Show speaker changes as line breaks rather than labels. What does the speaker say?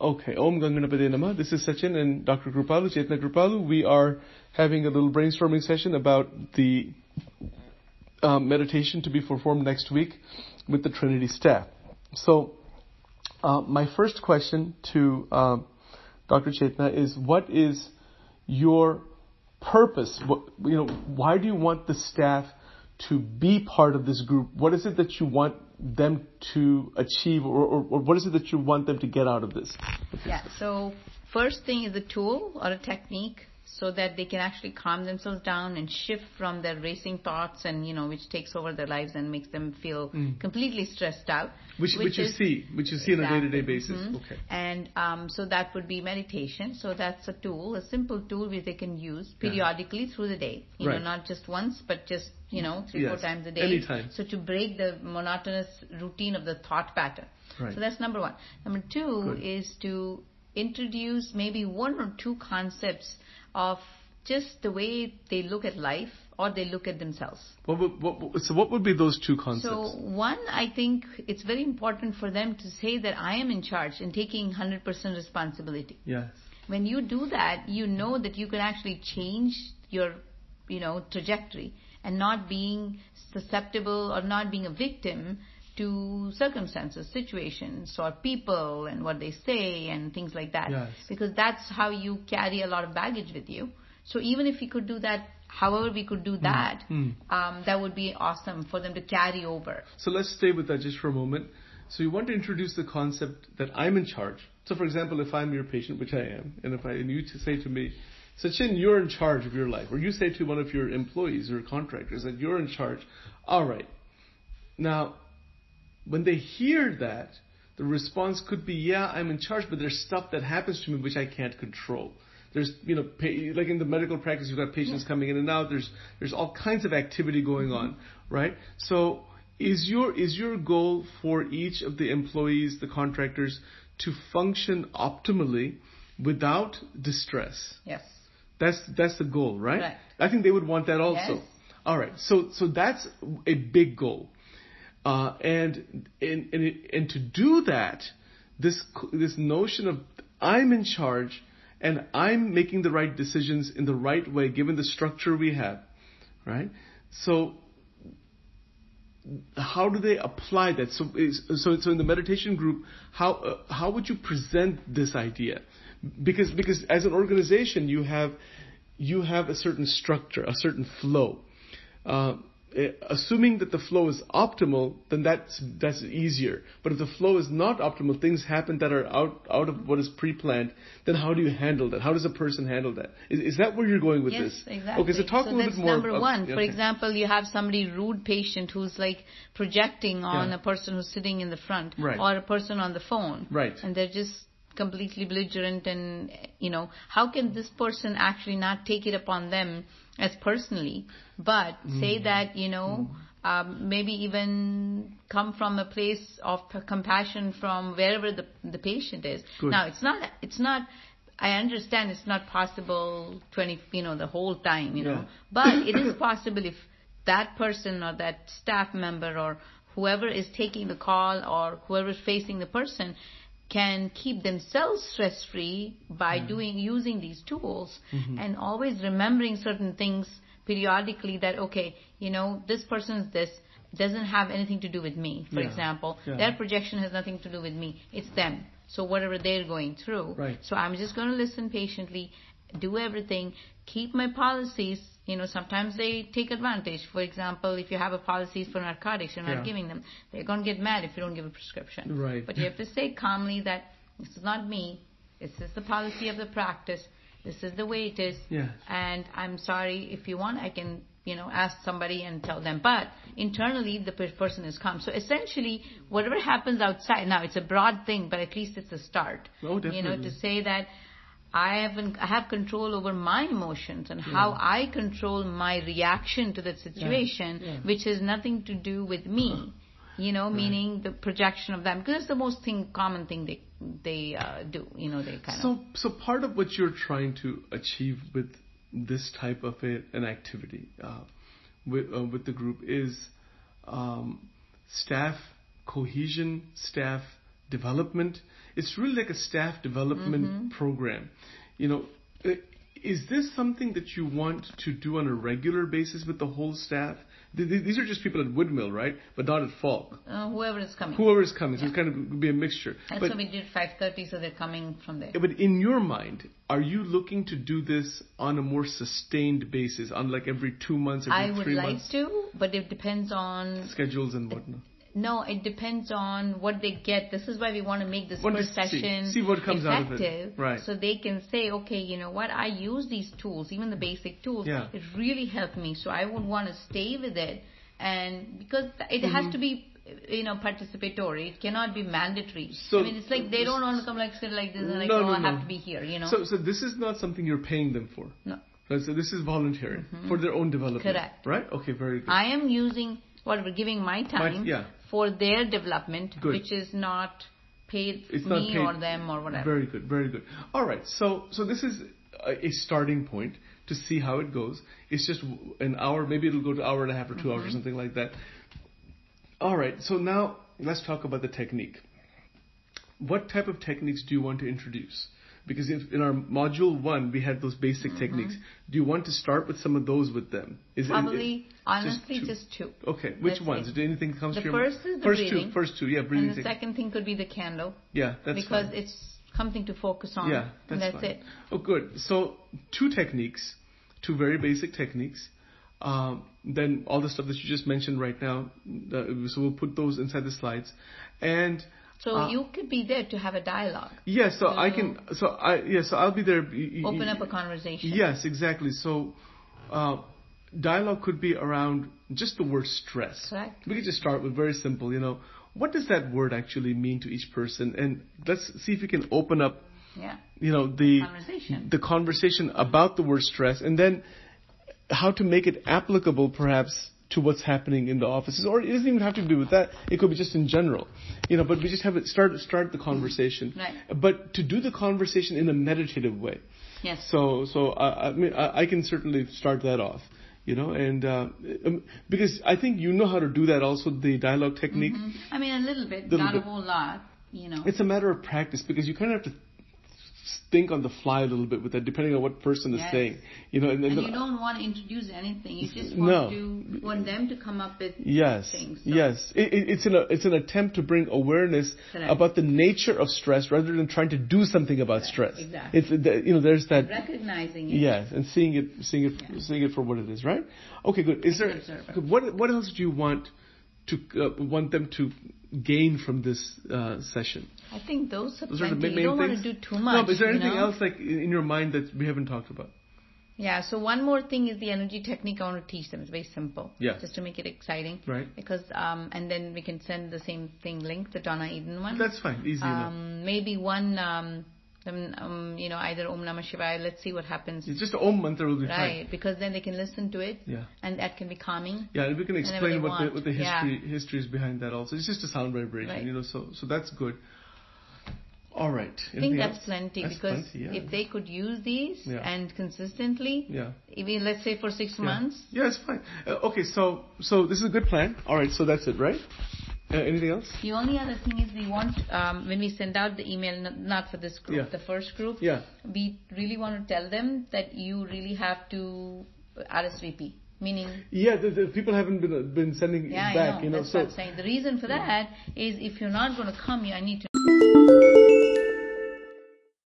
Okay, Om Ganganapade Namah. This is Sachin and Dr. Kripalu, Chetna Kripalu. We are having a little brainstorming session about the uh, meditation to be performed next week with the Trinity staff. So, uh, my first question to uh, Dr. Chetna is what is your purpose? What, you know, why do you want the staff to be part of this group? What is it that you want them to achieve or, or, or what is it that you want them to get out of this?
Yeah, so first thing is a tool or a technique so that they can actually calm themselves down and shift from their racing thoughts and you know which takes over their lives and makes them feel
Mm.
completely stressed out
Which, which, you
is-
see, which you see on a
Exactly.
day-to-day basis.
Mhm.
Okay.
And um, so that would be meditation. So that's a tool, a simple tool which they can use periodically through the day. You
Right.
know, not just once, but just you know three,
Yes.
four times a day.
Anytime.
So to break the monotonous routine of the thought pattern.
Right.
So that's number one. Number two
Good.
is to introduce maybe one or two concepts of just the way they look at life or they look at themselves.
What, would- what, what, so what would be those two concepts?
So one, I think it's very important for them to say that I am in charge and taking 100% responsibility.
yes.
When you do that, you know that you can actually change your, you know, trajectory and not being susceptible or not being a victim to circumstances, situations, or people and what they say and things like that.
Yes.
Because that's how you carry a lot of baggage with you. So even if we could do that, however we could do that,
Mm.
um, that would be awesome for them to carry over.
So let's stay with that just for a moment. So you want to introduce the concept that I'm in charge. So for example, if I'm your patient, which I am, and if I and you to say to me, Sachin, you're in charge of your life, or you say to one of your employees or contractors that you're in charge. All right. Now, when they hear that, the response could be, yeah, I'm in charge, but there's stuff that happens to me which I can't control. There's, you know, pa- like in the medical practice, you've got patients coming in and out. There's, there's all kinds of activity going on, right? So, is your is your goal for each of the employees, the contractors, to function optimally without distress?
Yes.
That's that's the goal, right?
Correct.
I think they would want that also.
Yes.
All right. So so that's a big goal, uh, and and and, it, and to do that, this c- this notion of I'm in charge and I'm making the right decisions in the right way, given the structure we have, right? So how do they apply that? So, is, so, so in the meditation group, how uh, how would you present this idea? Because because as an organization, you have you have a certain structure, a certain flow. Uh, eh, assuming that the flow is optimal, then that's that's easier. But if the flow is not optimal, things happen that are out out of what is pre-planned. Then how do you handle that? How does a person handle that? Is, is that where you're going with
yes,
this?
exactly.
Okay, so talk a little
that's
bit more.
number
about-
one. For
okay.
example, you have somebody rude patient who's like projecting on
Yeah.
a person who's sitting in the front
Right.
or a person on the phone.
Right.
And they're just completely belligerent and you know, how can this person actually not take it upon them as personally, but
Mm.
say that, you know, um, maybe even come from a place of compassion from wherever the, the patient is.
Good.
Now it's not it's not I understand it's not possible 20, you know, the whole time, you
Yeah.
know, but it is possible if that person or that staff member or whoever is taking the call or whoever is facing the person can keep themselves stress free by
Hmm.
doing using these tools
Mm-hmm.
and always remembering certain things periodically that okay you know this person's this doesn't have anything to do with me for
Yeah.
example
Yeah.
their projection has nothing to do with me it's them so whatever they're going through
Right.
so I'm just going to listen patiently, do everything, keep my policies. You know, sometimes they take advantage. For example, if you have a policies for narcotics, you're not
Yeah.
giving them. They're going to get mad if you don't give a prescription.
Right.
But you have to say calmly that this is not me. This is the policy of the practice. This is the way it is.
Yeah.
And I'm sorry if you want, I can you know ask somebody and tell them. But internally, the per- person is calm. So essentially, whatever happens outside now, it's a broad thing, but at least it's a start.
Oh,
You know,
definitely.
to say that I have an, I have control over my emotions and how I control my reaction to that situation,
yeah.
which has nothing to do with me. You know, meaning the projection of them, because it's the most thing common thing they they uh, do. You know, they kind of
So, so part of what you're trying to achieve with this type of a, an activity uh, with uh, with the group is um, staff cohesion, staff development. It's really like a staff development
Mm-hmm.
program. You know, i- is this something that you want to do on a regular basis with the whole staff? Th- th- These are just people at Woodmill, right? But not at Falk.
Uh, whoever is coming.
Whoever is coming, so it's kind of be a mixture.
That's
but
what we did 5.30, so they're coming from there.
yeah, Eh, But in your mind, are you looking to do this on a more sustained basis, on like every two months, every
I would
three
like
months,
to, but it depends on
schedules and whatnot?
No, it depends on what they get. This is why we want to make this
Want to
first
see-
session
see what comes out of it.
effective,
Right.
So they can say, okay, you know what? I use these tools, even the basic tools.
Yeah.
It really helped me, so I would want to stay with it, and because it
Mm-hmm.
has to be, you know, participatory. It cannot be mandatory.
So-
I mean, it's like they don't want to come like sit like this and like,
No,
oh,
no,
I
no.
have to be here, you know?
So, so this is not something you're paying them for.
no.
Right, So this is voluntary for their own development.
Mm-hmm. Correct.
Right? Okay, very good.
I am using whatever giving my time
yeah.
for their development,
Good.
which is not paid
It's not
me
paid-
or them or whatever.
Very good, very good. All right, so so this is a, a starting point to see how it goes. It's just w- an hour, maybe it'll go to hour and a half or 2
Mm-hmm.
hours or something like that. All right, so now let's talk about the technique. What type of techniques do you want to introduce? Because if in our module one we had those basic
Mm-hmm.
techniques. Do you want to start with some of those with them? Is it-
Probably, honestly,
two.
just two.
Okay, which
That's
ones?
it.
Did anything comes
The
to your
first
mind?
is the
first
breathing.
two, first two, yeah, breathing.
and the
technique.
second thing could be the candle
yeah, that's
because
fine.
it's something to focus on.
Yeah,
and
that's,
that's
fine.
it.
Oh, good. So two techniques, two very basic techniques. Um, then all the stuff that you just mentioned right now. Uh, so we'll put those inside the slides, and
So
Uh,
you could be there to have a dialogue,
yeah, so I can. So I yeah, so I'll be there. Y- y-
open up a
y-
conversation.
Yes, exactly. So. Uh, Dialogue could be around just the word stress.
Correct.
We could just start with very simple, you know, what does that word actually mean to each person? And let's see if we can open up
Yeah.
you know the
Conversation.
the conversation about the word stress and then how to make it applicable perhaps to what's happening in the offices or it doesn't even have to do with that it could be just in general you know but we just have it start start the conversation
Right.
but to do the conversation in a meditative way
Yes.
so so I, I mean I, I can certainly start that off you know and uh, um, because I think you know how to do that also the dialogue technique
I mean, a little bit,
Little
not
bit.
a whole lot, you know.
it's a matter of practice because you kind of have to think on the fly a little bit with that, depending on what person is
Yes.
saying. You know, and, then
and you don't want to introduce anything. You just
No.
want to want them to come up with
yes,
things. So
yes, it, it- it's an it's an attempt to bring awareness
Correct.
about the nature of stress rather than trying to do something about stress.
exactly.
It's the- you know there's that
Recognizing it.
yes, and seeing it seeing it seeing it for what it is, right? Okay, good. Is there
Observe it.
good. what what else do you want to uh, want them to gain from this uh, session?
I think those are
Those
plenty.
are the ma- main
you don't
things.
want to do too much.
No, but is there
you
anything
know?
else like in in your mind that we haven't talked about?
Yeah, so one more thing is the energy technique I want to teach them. It's very simple.
Yeah.
Just to make it exciting.
Right.
Because, um, and then we can send the same thing link, the Donna Eden one.
That's fine, easy enough.
um, maybe one, um, um, um, you know, either Om Namah Shivaya, let's see what happens.
It's just Om mantra will be
Right,
fine.
because then they can listen to it
Yeah.
and that can be calming.
Yeah, and we can
Whenever they
explain what the,
want.
what the
Yeah.
history history is behind that also. It's just a sound vibration,
Right.
you know. So so that's good. All right.
I think
Anything
that's
else?
plenty
That's
because
plenty, yeah.
if they could use these
Yeah.
and consistently,
yeah.
even let's say for six months,
Yeah, yeah it's fine. Uh, okay, so so this is a good plan. All right, so that's it, right? Uh, anything else?
The only other thing is we want um, when we send out the email, n- not for this group,
Yeah.
the first group.
Yeah.
We really want to tell them that you really have to RSVP, meaning.
Yeah, the, the people haven't been uh, been sending
Yeah,
back,
I know.
you know.
That's
so
what I'm saying. The reason for that is if you're not going to come, you I need to